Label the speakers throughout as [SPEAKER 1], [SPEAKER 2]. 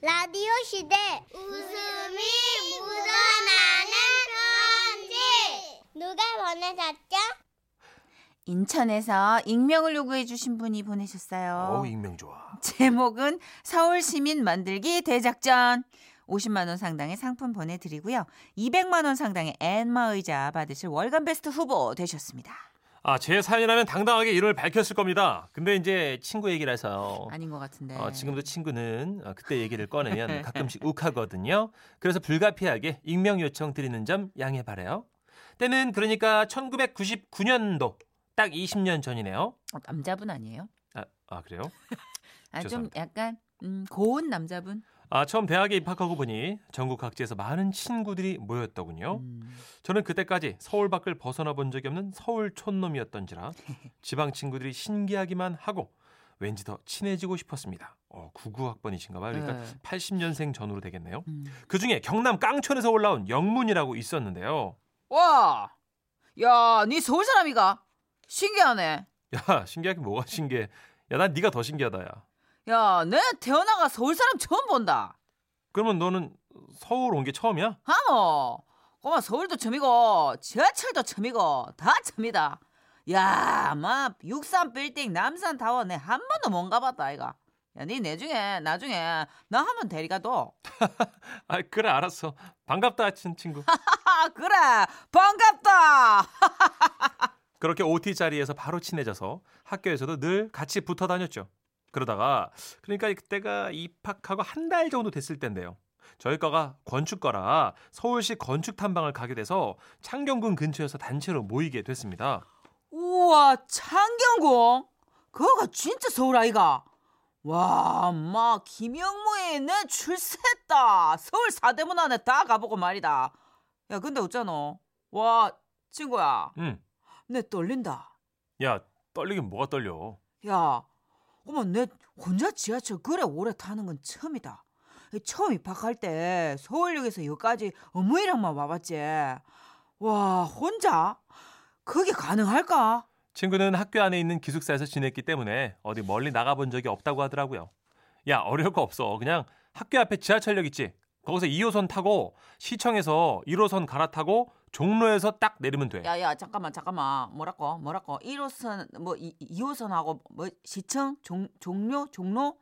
[SPEAKER 1] 라디오 시대 웃음이 묻어나는 편지 누가 보내셨죠?
[SPEAKER 2] 인천에서 익명을 요구해 주신 분이 보내셨어요.
[SPEAKER 3] 어우 익명 좋아.
[SPEAKER 2] 제목은 서울 시민 만들기 대작전. 50만 원 상당의 상품 보내 드리고요. 200만 원 상당의 엔마 의자 받으실 월간 베스트 후보 되셨습니다.
[SPEAKER 3] 아 제 사연이라면 당당하게 이름을 밝혔을 겁니다. 근데 이제 친구 얘기라서요.
[SPEAKER 2] 아닌 네. 것 같은데.
[SPEAKER 3] 어, 지금도 친구는 어, 그때 얘기를 꺼내면 가끔씩 욱하거든요. 그래서 불가피하게 익명 요청 드리는 점 양해 바래요. 때는 그러니까 1999년도 딱 20년 전이네요.
[SPEAKER 2] 어, 남자분 아니에요?
[SPEAKER 3] 아, 아, 그래요?
[SPEAKER 2] 아, 좀
[SPEAKER 3] 죄송합니다.
[SPEAKER 2] 약간 음, 고운 남자분.
[SPEAKER 3] 아 처음 대학에 입학하고 보니 전국 각지에서 많은 친구들이 모였더군요.
[SPEAKER 2] 음.
[SPEAKER 3] 저는 그때까지 서울 밖을 벗어나 본 적이 없는 서울 촌놈이었던지라 지방 친구들이 신기하기만 하고 왠지 더 친해지고 싶었습니다. 어, 99학번이신가 봐요. 그러니까
[SPEAKER 2] 네.
[SPEAKER 3] 80년생 전후로 되겠네요.
[SPEAKER 2] 음.
[SPEAKER 3] 그중에 경남 깡촌에서 올라온 영문이라고 있었는데요.
[SPEAKER 2] 와, 야, 네 서울 사람이가 신기하네.
[SPEAKER 3] 야, 신기하게 뭐가 신기해. 야, 난 네가 더 신기하다, 야.
[SPEAKER 2] 야, 내 태어나가 서울 사람 처음 본다.
[SPEAKER 3] 그러면 너는 서울 온 게 처음이야?
[SPEAKER 2] 하모, 꼬마 서울도 처음이고 지하철도 처음이고 다 처음이다. 야, 마 육산 빌딩 남산 타워 내 한 번도 못 가봤다 아이가. 야, 네 내중에 나중에 나 한 번 데리가도.
[SPEAKER 3] 아, 그래, 알았어. 반갑다, 친 친구.
[SPEAKER 2] 아, 그래, 반갑다.
[SPEAKER 3] 그렇게 OT 자리에서 바로 친해져서 학교에서도 늘 같이 붙어 다녔죠. 그러다가 그러니까 그때가 입학하고 한 달 정도 됐을 때인데요. 저희 과가 건축과라 서울시 건축 탐방을 가게 돼서 창경궁 근처에서 단체로 모이게 됐습니다.
[SPEAKER 2] 우와, 창경궁. 그거가 진짜 서울 아이가. 와, 마 김영모의 내 출세했다. 서울 사대문 안에 다 가보고 말이다. 야, 근데 어쩌노? 와, 친구야.
[SPEAKER 3] 응.
[SPEAKER 2] 내 떨린다.
[SPEAKER 3] 음, 야, 떨리긴 뭐가 떨려.
[SPEAKER 2] 야, 어머, 내 혼자 지하철 그래 오래 타는 건 처음이다. 처음 입학할 때 서울역에서 여기까지 어머니랑만 와봤지. 와, 혼자? 그게 가능할까?
[SPEAKER 3] 친구는 학교 안에 있는 기숙사에서 지냈기 때문에 어디 멀리 나가본 적이 없다고 하더라고요. 야, 어려울 거 없어. 그냥 학교 앞에 지하철역 있지. 거기서 2호선 타고 시청에서 1호선 갈아타고 종로에서 딱 내리면 돼.
[SPEAKER 2] 야야 잠깐만 잠깐만 뭐라고 뭐라고 1호선 뭐 2, 호선하고뭐 시청 종, 종료 종로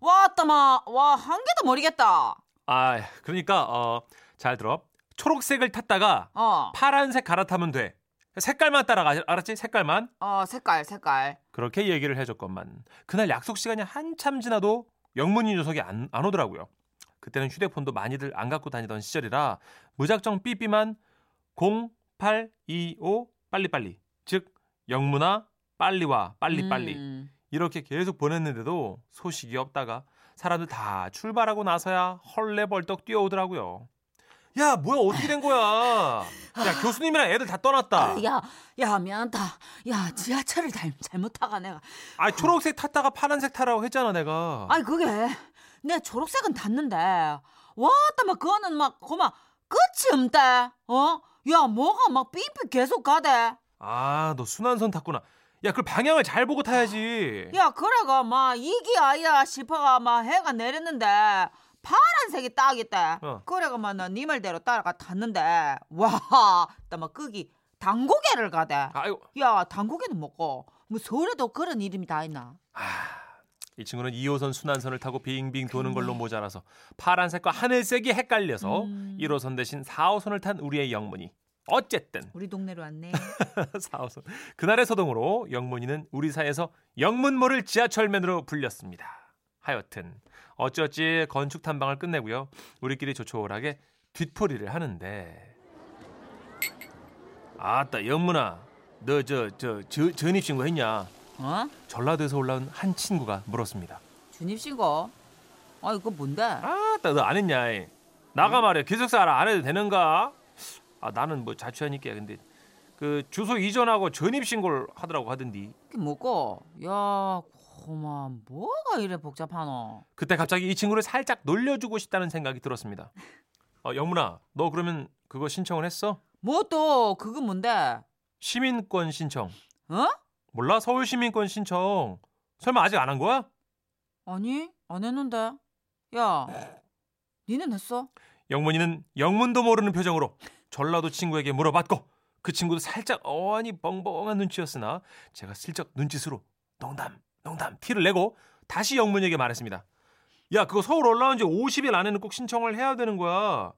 [SPEAKER 2] 와따마 와 한 개도 모르겠다
[SPEAKER 3] 아, 그러니까 어, 잘 들어. 초록색을 탔다가
[SPEAKER 2] 어,
[SPEAKER 3] 파란색 갈아타면 돼. 색깔만 따라가. 알았지? 색깔만.
[SPEAKER 2] 어 색깔 색깔
[SPEAKER 3] 그렇게 얘기를 해줬건만 그날 약속 시간이 한참 지나도 영문이 녀석이 안, 안 오더라고요. 그때는 휴대폰도 많이들 안 갖고 다니던 시절이라 무작정 삐삐만 0825 빨리빨리 즉 영문아 빨리 와 빨리빨리
[SPEAKER 2] 음.
[SPEAKER 3] 이렇게 계속 보냈는데도 소식이 없다가 사람들 다 출발하고 나서야 헐레벌떡 뛰어오더라고요. 야 뭐야 어떻게 된 거야?
[SPEAKER 2] 아.
[SPEAKER 3] 야 교수님이랑 애들 다 떠났다.
[SPEAKER 2] 야, 야, 미안하다. 야, 지하철을 잘, 잘못 타가 내가.
[SPEAKER 3] 아 초록색 탔다가 파란색 타라고 했잖아 내가.
[SPEAKER 2] 아니, 그게, 내 초록색은 탔는데, 와, 따마, 그거는 막, 고마, 끝이 없대. 어? 야, 뭐가 막 삐삐 계속 가대.
[SPEAKER 3] 아, 너 순환선 탔구나. 야, 그 방향을 잘 보고 타야지.
[SPEAKER 2] 야 그래가 마 이게 아이야 싶어가 마 해가 내렸는데 파란색이 딱 있다
[SPEAKER 3] 어.
[SPEAKER 2] 그래가 마나니 네 말대로 따라가 탔는데 와따마 거기 당고개를 가대
[SPEAKER 3] 아이고,
[SPEAKER 2] 야 당고개는 먹고 뭐 서울에도 그런 이름이 다 있나
[SPEAKER 3] 이 친구는 2호선 순환선을 타고 빙빙 도는 걸로 모자라서 파란색과 하늘색이 헷갈려서 1호선 대신 4호선을 탄 우리의 영문이. 어쨌든
[SPEAKER 2] 우리 동네로 왔네
[SPEAKER 3] 4호선. 그날의 서동으로 영문이는 우리 사이에서 영문모를 지하철맨으로 불렸습니다. 하여튼 어찌어찌 건축 탐방을 끝내고요. 우리끼리 조촐하게 뒷풀이를 하는데 아따 영문아 너 저 저 전입신고 했냐?
[SPEAKER 2] 어?
[SPEAKER 3] 전라도에서 올라온 한 친구가 물었습니다.
[SPEAKER 2] 준입신고 아 이거 뭔데
[SPEAKER 3] 아따 너 안 했냐? 나가 말이야 기숙사 알아 안 해도 되는가? 아 나는 뭐 자취하니까 근데 그 주소 이전하고 전입신고를 하더라고 하던디.
[SPEAKER 2] 이게 뭐고 야 고마 뭐가 이래 복잡하노
[SPEAKER 3] 그때 갑자기 이 친구를 살짝 놀려주고 싶다는 생각이 들었습니다. 어, 영문아, 너 그러면 그거 신청을 했어?
[SPEAKER 2] 뭐 또 그건 뭔데
[SPEAKER 3] 시민권 신청.
[SPEAKER 2] 어?
[SPEAKER 3] 몰라? 서울 시민권 신청. 설마 아직 안 한 거야?
[SPEAKER 2] 아니 안 했는데 야
[SPEAKER 4] 니는 했어?
[SPEAKER 3] 영문이는 영문도 모르는 표정으로 전라도 친구에게 물어봤고 그 친구도 살짝 어안이 벙벙한 눈치였으나 제가 슬쩍 눈짓으로 농담 농담 티를 내고 다시 영문에게 말했습니다. 야 그거 서울 올라온 지 50일 안에는 꼭 신청을 해야 되는 거야.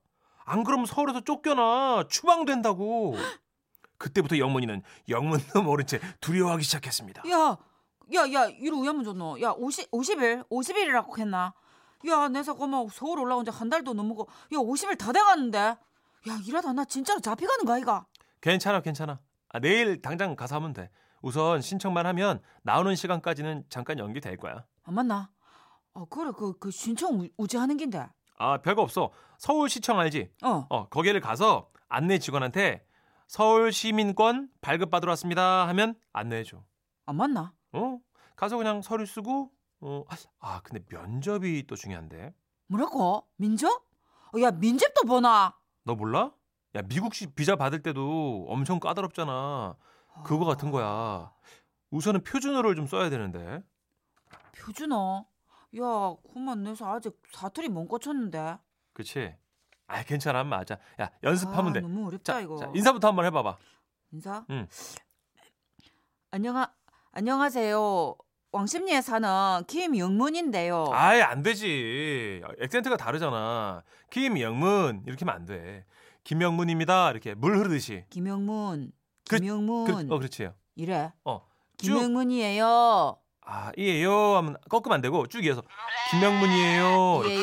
[SPEAKER 3] 안 그러면 서울에서 쫓겨나 추방된다고. 그때부터 영문이는 영문도 모른 채 두려워하기 시작했습니다.
[SPEAKER 4] 야, 야, 야, 이로 우야문 줬노. 야, 50, 50일, 50일이라고 했나? 야, 내 사고만 서울 올라온 지 한 달도 넘고, 야, 50일 다 돼가는데. 야, 이러다 나 진짜로 잡혀가는 거 아이가?
[SPEAKER 3] 괜찮아 괜찮아 아, 내일 당장 가서 하면 돼 우선 신청만 하면 나오는 시간까지는 잠깐 연기될 거야
[SPEAKER 4] 안 맞나? 아, 그래, 그, 그 신청 우- 우지하는 긴데.
[SPEAKER 3] 아 별거 없어 서울시청 알지
[SPEAKER 4] 어.
[SPEAKER 3] 어 거기를 가서 안내 직원한테 서울 시민권 발급받으러 왔습니다 하면 안내해줘
[SPEAKER 4] 안 맞나?
[SPEAKER 3] 어 가서 그냥 서류 쓰고 어아 근데 면접이 또 중요한데
[SPEAKER 4] 뭐라고? 민접? 어, 야, 민접도 보나?
[SPEAKER 3] 너 몰라 야 미국식 비자 받을 때도 엄청 까다롭잖아 그거 같은 거야 우선은 표준어를 좀 써야 되는데
[SPEAKER 4] 표준어. 야, 그만 내서 아직 사투리 못 고쳤는데.
[SPEAKER 3] 그치? 아 괜찮아 맞아 야 연습하면
[SPEAKER 4] 아,
[SPEAKER 3] 돼
[SPEAKER 4] 너무 어렵다
[SPEAKER 3] 자,
[SPEAKER 4] 이거.
[SPEAKER 3] 자, 인사부터 한번 해봐봐
[SPEAKER 4] 인사?
[SPEAKER 3] 응.
[SPEAKER 4] 안녕하 안녕하세요. 왕십리에 사는 김영문인데요.
[SPEAKER 2] 어.
[SPEAKER 3] 아예 안 되지 액센트가 다르잖아 김영문 이렇게 하면 안돼 김영문입니다 이렇게 물 흐르듯이
[SPEAKER 4] 김영문.
[SPEAKER 3] 그-
[SPEAKER 4] 김영문.
[SPEAKER 3] 그, 어 그렇지요
[SPEAKER 4] 이래.
[SPEAKER 3] 어, 쭉.
[SPEAKER 4] 김영문이에요.
[SPEAKER 3] 아 이에요 하면 꺾으면 안 되고 쭉 이어서 김영문이에요 이렇게.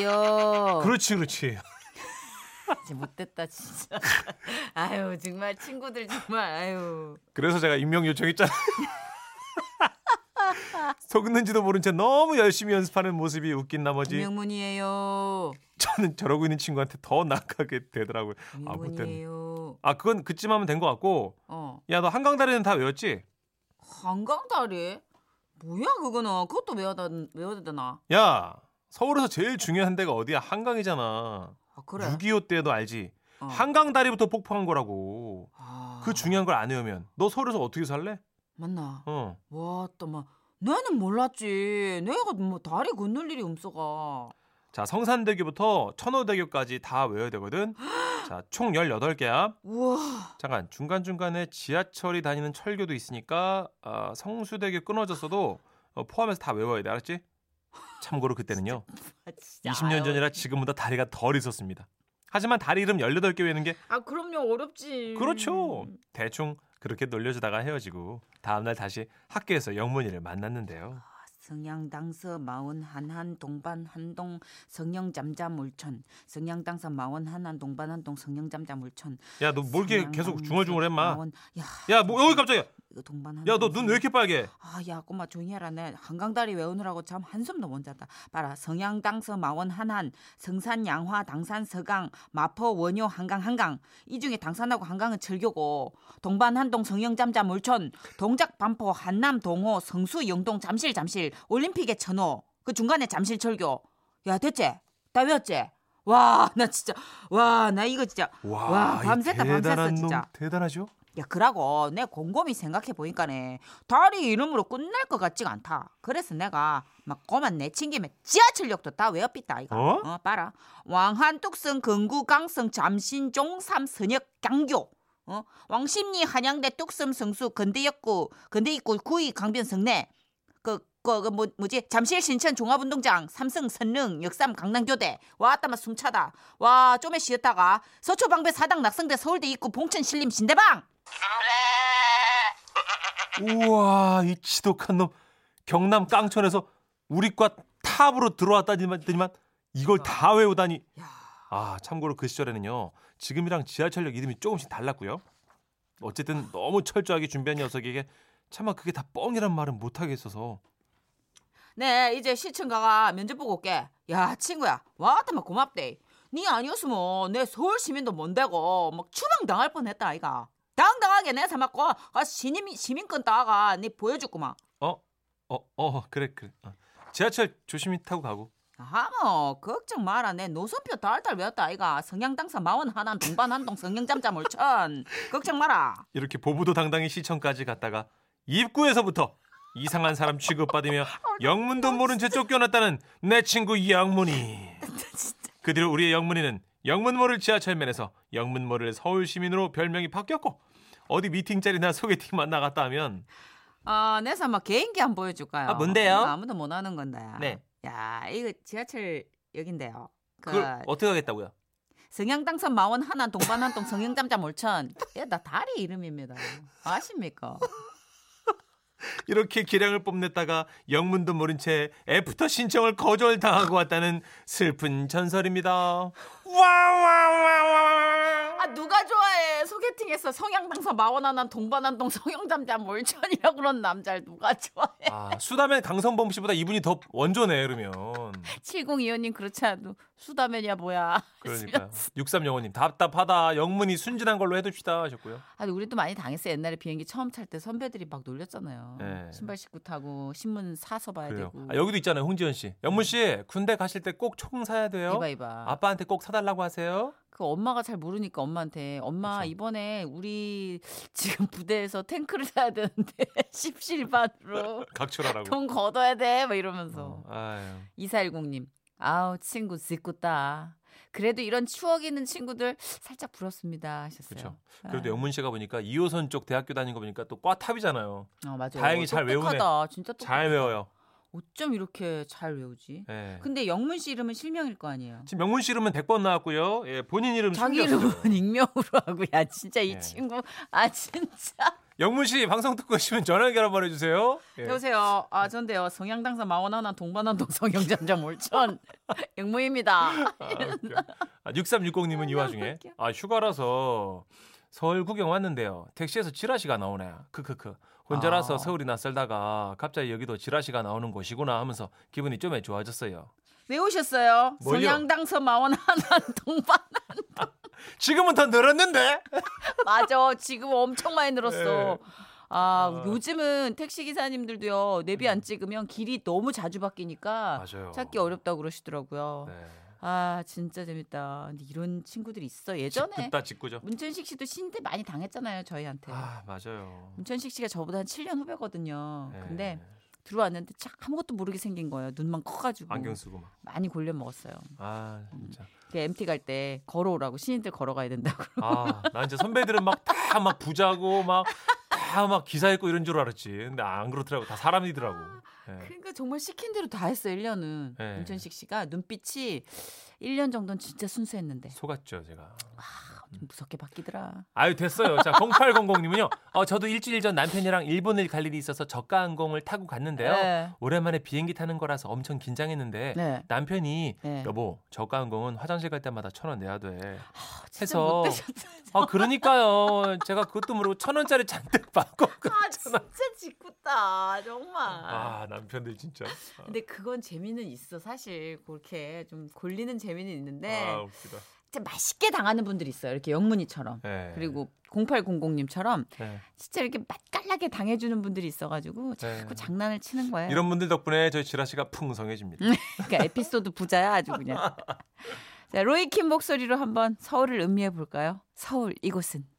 [SPEAKER 2] 예요.
[SPEAKER 3] 그렇지 그렇지
[SPEAKER 2] 진짜 못됐다 진짜. 아유 정말 친구들 정말 아유.
[SPEAKER 3] 그래서 제가 임명 요청했잖아 속는지도 모른 채 너무 열심히 연습하는 모습이 웃긴 나머지
[SPEAKER 2] 김영문이에요.
[SPEAKER 3] 저는 저러고 있는 친구한테 더 나가게 되더라고요 아, 못 됐네.
[SPEAKER 2] 김영문이에요.
[SPEAKER 3] 아 그건 그쯤 하면 된 것 같고
[SPEAKER 2] 어
[SPEAKER 3] 야 너 한강 다리는 다 외웠지?
[SPEAKER 2] 한강다리 뭐야 그거는 그것도 외워야 외워야 되나?
[SPEAKER 3] 야 서울에서 제일 중요한 데가 어디야? 한강이잖아.
[SPEAKER 2] 아 그래.
[SPEAKER 3] 6.25 때도 알지.
[SPEAKER 2] 어.
[SPEAKER 3] 한강 다리부터 폭파한 거라고.
[SPEAKER 2] 아,
[SPEAKER 3] 그 중요한 걸 안 외우면 너 서울에서 어떻게 살래?
[SPEAKER 2] 맞나?
[SPEAKER 3] 어.
[SPEAKER 2] 와또막 나는 몰랐지. 내가 뭐 다리 건널 일이 없어가.
[SPEAKER 3] 자 성산대교부터 천호대교까지 다 외워야 되거든. 자 총 18개야.
[SPEAKER 2] 우와.
[SPEAKER 3] 잠깐 중간중간에 지하철이 다니는 철교도 있으니까 아, 성수대교 끊어졌어도 어, 포함해서 다 외워야 돼. 알았지? 참고로 그때는요.
[SPEAKER 2] 아, 진짜.
[SPEAKER 3] 20년
[SPEAKER 2] 아유.
[SPEAKER 3] 전이라 지금보다 다리가 덜 있었습니다. 하지만 다리 이름 18개 외우는 게
[SPEAKER 2] 아 그럼요 어렵지.
[SPEAKER 3] 그렇죠. 대충 그렇게 놀려주다가 헤어지고 다음날 다시 학교에서 영문이를 만났는데요.
[SPEAKER 2] 성양당서 마원 한한 동반 한동 성영잠잠 울천 성양당서 마원 한한 동반 한동 성영잠잠 울천
[SPEAKER 3] 야 너 뭘
[SPEAKER 2] 아,
[SPEAKER 3] 이렇게 계속 중얼중얼해 마.
[SPEAKER 2] 야,
[SPEAKER 3] 야 뭐 여기 갑자기.
[SPEAKER 2] 이거 동반
[SPEAKER 3] 야 너 눈 왜 이렇게 빨개?
[SPEAKER 2] 아야 꼬마 조용히 해라 내 한강다리 외우느라고 참 한숨도 못 잔다 봐라 성양당서 마원 한한 성산 양화 당산 서강 마포 원효 한강 한강 이 중에 당산하고 한강은 철교고 동반 한동 성영잠잠 울천 동작 반포 한남 동호 성수 영동 잠실 잠실 올림픽의 천호 그 중간에 잠실 철교 야 됐지 다 외웠지 와 나 진짜 와 나 이거 진짜 와,
[SPEAKER 3] 이
[SPEAKER 2] 밤샜다, 밤샜어,
[SPEAKER 3] 대단한 놈
[SPEAKER 2] 진짜.
[SPEAKER 3] 대단하죠?
[SPEAKER 2] 야, 그러고 내 곰곰이 생각해 보니까네 다리 이름으로 끝날 것 같지가 않다. 그래서 내가 막 고만 내친김에 지하철역도 다 외워삐다 이거.
[SPEAKER 3] 어?
[SPEAKER 2] 봐라. 왕한뚝성, 금구강성, 잠신종, 삼선역, 강교. 어? 왕십리, 한양대, 뚝섬, 성수, 근대역구, 근대입구, 구이, 강변, 성내. 그, 그, 그 뭐, 뭐지? 잠실, 신천, 종합운동장, 삼성, 선릉, 역삼, 강남교대. 왔다마 숨차다. 와, 좀에 쉬었다가 서초방배, 사당, 낙성대, 서울대 입구, 봉천, 신림, 신대방.
[SPEAKER 3] 우와 이 지독한 놈 경남 깡천에서 우리과 탑으로 들어왔다더니만 이걸 다 외우다니. 아 참고로 그 시절에는요 지금이랑 지하철역 이름이 조금씩 달랐고요. 어쨌든 너무 철저하게 준비한 녀석에게 차마 그게 다 뻥이란 말은 못하겠어서
[SPEAKER 2] 네 이제 시청 가가 면접 보고 올게 야 친구야 왔다만 고맙대 니 아니었으면 내 서울 시민도 못 되고 막 추방당할 뻔했다 아이가 당당하게 내사 맞고 아, 시민, 시민권 따가 니 보여줬구만
[SPEAKER 3] 어어어 그래 그래 어. 지하철 조심히 타고 가고
[SPEAKER 2] 아뭐 걱정 마라 내 노선표 달달 외웠다 아이가 성향당사 마원 하난 동반 한동 성령잠잠 울천 걱정 마라
[SPEAKER 3] 이렇게 보부도 당당히 시청까지 갔다가 입구에서부터 이상한 사람
[SPEAKER 2] 아,
[SPEAKER 3] 취급받으며 영문도 모른 채 쫓겨났다는 내 친구 양문이.
[SPEAKER 2] 진짜
[SPEAKER 3] 그 뒤로 우리의 영문이는 영문모를 지하철면에서 영문모를 서울시민으로 별명이 바뀌었고 어디 미팅 자리나 소개팅만 나갔다 하면
[SPEAKER 2] 아, 내서 막 개인기 한 보여줄까요?
[SPEAKER 3] 아, 뭔데요?
[SPEAKER 2] 아무도 못 하는 건데.
[SPEAKER 3] 네.
[SPEAKER 2] 야, 이거 지하철 역인데요. 그
[SPEAKER 3] 그걸 어떻게 하겠다고요?
[SPEAKER 2] 성향당선 마원 하나 동반 한동 성형잠자 몰천. 예, 나 다리 이름입니다. 아십니까?
[SPEAKER 3] 이렇게 기량을 뽐냈다가 영문도 모른 채 애프터 신청을 거절당하고 왔다는 슬픈 전설입니다. 와와와와
[SPEAKER 2] 아 누가 좋아해? 소개팅에서 성향당선 마원 하나 동반 한동 성형잠자 몰천이라고 그런 남자를 누가 좋아해?
[SPEAKER 3] 아, 수다맨 강선범 씨보다 이분이 더 원조네 그러면.
[SPEAKER 2] 7025님 그렇지 않아도 수다맨이야 아, 뭐야.
[SPEAKER 3] 그러니까 6305님 답답하다. 영문이 순진한 걸로 해둡시다 하셨고요.
[SPEAKER 2] 아, 우리도 많이 당했어요. 옛날에 비행기 처음 탈 때 선배들이 막 놀렸잖아요.
[SPEAKER 3] 네.
[SPEAKER 2] 신발 신고 타고 신문 사서 봐야
[SPEAKER 3] 그래요.
[SPEAKER 2] 되고.
[SPEAKER 3] 아, 여기도 있잖아요. 홍지연 씨. 영문 씨 군대 가실 때 꼭 총 사야 돼요.
[SPEAKER 2] 음. 이봐 이봐.
[SPEAKER 3] 아빠한테 꼭 사달라고 하세요.
[SPEAKER 2] 그 엄마가 잘 모르니까 엄마한테 엄마
[SPEAKER 3] 그쵸.
[SPEAKER 2] 이번에 우리 지금 부대에서 탱크를 사야 되는데 십실반으로
[SPEAKER 3] 각출하라고.
[SPEAKER 2] 돈 걷어야 돼. 막
[SPEAKER 3] 어,
[SPEAKER 2] 이러면서.
[SPEAKER 3] 아유.
[SPEAKER 2] 2410님. 아우 친구 짓궂다. 그래도 이런 추억 있는 친구들 살짝 부럽습니다 하셨어요.
[SPEAKER 3] 그쵸.
[SPEAKER 2] 아.
[SPEAKER 3] 그래도 영문 씨가 보니까 2호선 쪽 대학교 다닌 거 보니까 또 꽈탑이잖아요.
[SPEAKER 2] 아, 맞아.
[SPEAKER 3] 다행히 잘 외우네.
[SPEAKER 2] 똑똑하다. 진짜
[SPEAKER 3] 잘
[SPEAKER 2] 똑똑하다.
[SPEAKER 3] 외워요.
[SPEAKER 2] 어쩜 이렇게 잘 외우지?
[SPEAKER 3] 예.
[SPEAKER 2] 근데 영문 씨 이름은 실명일 거 아니에요.
[SPEAKER 3] 지금 명문 씨 이름은 100번 나왔고요. 예, 본인 이름
[SPEAKER 2] 자기
[SPEAKER 3] 숨겼어요.
[SPEAKER 2] 이름은 익명으로 하고 야 진짜 이
[SPEAKER 3] 예.
[SPEAKER 2] 친구 아 진짜
[SPEAKER 3] 영문 씨 방송 듣고 계시면 전화 연결 한번 해주세요. 예.
[SPEAKER 2] 여보세요. 아, 전데요. 성향당사 마원하나 동반한동 성형잠잠 올천 영무입니다.
[SPEAKER 3] 아, 웃겨. 아, 6360님은 이
[SPEAKER 2] 어, 네,
[SPEAKER 3] 와중에 아 휴가라서 서울 구경 왔는데요. 택시에서 지라시가 나오네. 크크크. 혼자라서
[SPEAKER 2] 아.
[SPEAKER 3] 서울이나 썰다가 갑자기 여기도 지라시가 나오는 곳이구나 하면서 기분이 좀 좋아졌어요.
[SPEAKER 2] 왜 네, 오셨어요?
[SPEAKER 3] 뭘요?
[SPEAKER 2] 성향당사 마원하나 동반.
[SPEAKER 3] 지금은 더 늘었는데.
[SPEAKER 2] 어? 맞아. 지금 엄청 많이 늘었어.
[SPEAKER 3] 네.
[SPEAKER 2] 아,
[SPEAKER 3] 아. 음.
[SPEAKER 2] 요즘은 택시 기사님들도요. 내비 안 찍으면 길이 너무 자주 바뀌니까
[SPEAKER 3] 맞아요.
[SPEAKER 2] 찾기 어렵다고 그러시더라고요.
[SPEAKER 3] 네.
[SPEAKER 2] 아, 진짜 재밌다. 근데 이런 친구들이 있어. 예전에 네.
[SPEAKER 3] 짓궂다 짓궂죠.
[SPEAKER 2] 문천식 씨도 신대 많이 당했잖아요, 저희한테.
[SPEAKER 3] 아 맞아요.
[SPEAKER 2] 문천식 씨가 저보다 한 7년 후배거든요.
[SPEAKER 3] 네.
[SPEAKER 2] 어, 근데 들어왔는데 참 아무것도 모르게 생긴 거예요. 눈만 커가지고
[SPEAKER 3] 안경 쓰고 막.
[SPEAKER 2] 많이 골려 먹었어요.
[SPEAKER 3] 아 진짜.
[SPEAKER 2] 그 MT 갈 때 걸어오라고 신인들 걸어가야 된다고.
[SPEAKER 3] 아, 나 이제 선배들은 막 다 막 부자고 막 다 막 기사 읽고 이런 줄 알았지. 근데 안 그렇더라고. 다 사람이더라고. 예.
[SPEAKER 2] 그러니까 정말 시킨 대로 다 했어요. 1년은
[SPEAKER 3] 네.
[SPEAKER 2] 문천식 씨가 눈빛이 1년 정도는 진짜 순수했는데
[SPEAKER 3] 속았죠, 제가.
[SPEAKER 2] 좀 무섭게 바뀌더라.
[SPEAKER 3] 아유, 됐어요. 자, 0800님은요. 어, 저도 일주일 전 남편이랑 일본을 갈 일이 있어서 저가 항공을 타고 갔는데요.
[SPEAKER 2] 네.
[SPEAKER 3] 오랜만에 비행기 타는 거라서 엄청 긴장했는데
[SPEAKER 2] 네.
[SPEAKER 3] 남편이
[SPEAKER 2] 네.
[SPEAKER 3] 여보, 저가 항공은 화장실 갈 때마다 천 원 내야 돼.
[SPEAKER 2] 아, 진짜
[SPEAKER 3] 해서-
[SPEAKER 2] 못되셨다.
[SPEAKER 3] 아, 그러니까요. 제가 그것도 모르고 천 원짜리 잔뜩 받고
[SPEAKER 2] 아 진짜 짓궂다 정말.
[SPEAKER 3] 아, 남편들 진짜. 아,
[SPEAKER 2] 근데 그건 재미는 있어 사실 그렇게 좀 골리는 재미는 있는데
[SPEAKER 3] 아, 웃기다.
[SPEAKER 2] 진짜 맛있게 당하는 분들이 있어요. 이렇게 영문이처럼.
[SPEAKER 3] 예.
[SPEAKER 2] 그리고 0800님처럼
[SPEAKER 3] 예.
[SPEAKER 2] 진짜 이렇게 맛깔나게 당해주는 분들이 있어가지고 자꾸
[SPEAKER 3] 네.
[SPEAKER 2] 장난을 치는 거예요.
[SPEAKER 3] 이런 분들 덕분에 저희 지라 씨가 풍성해집니다.
[SPEAKER 2] 그러니까 에피소드 부자야 아주 그냥. 자, 로이킴 목소리로 한번 서울을 음미해 볼까요? 서울 이곳은.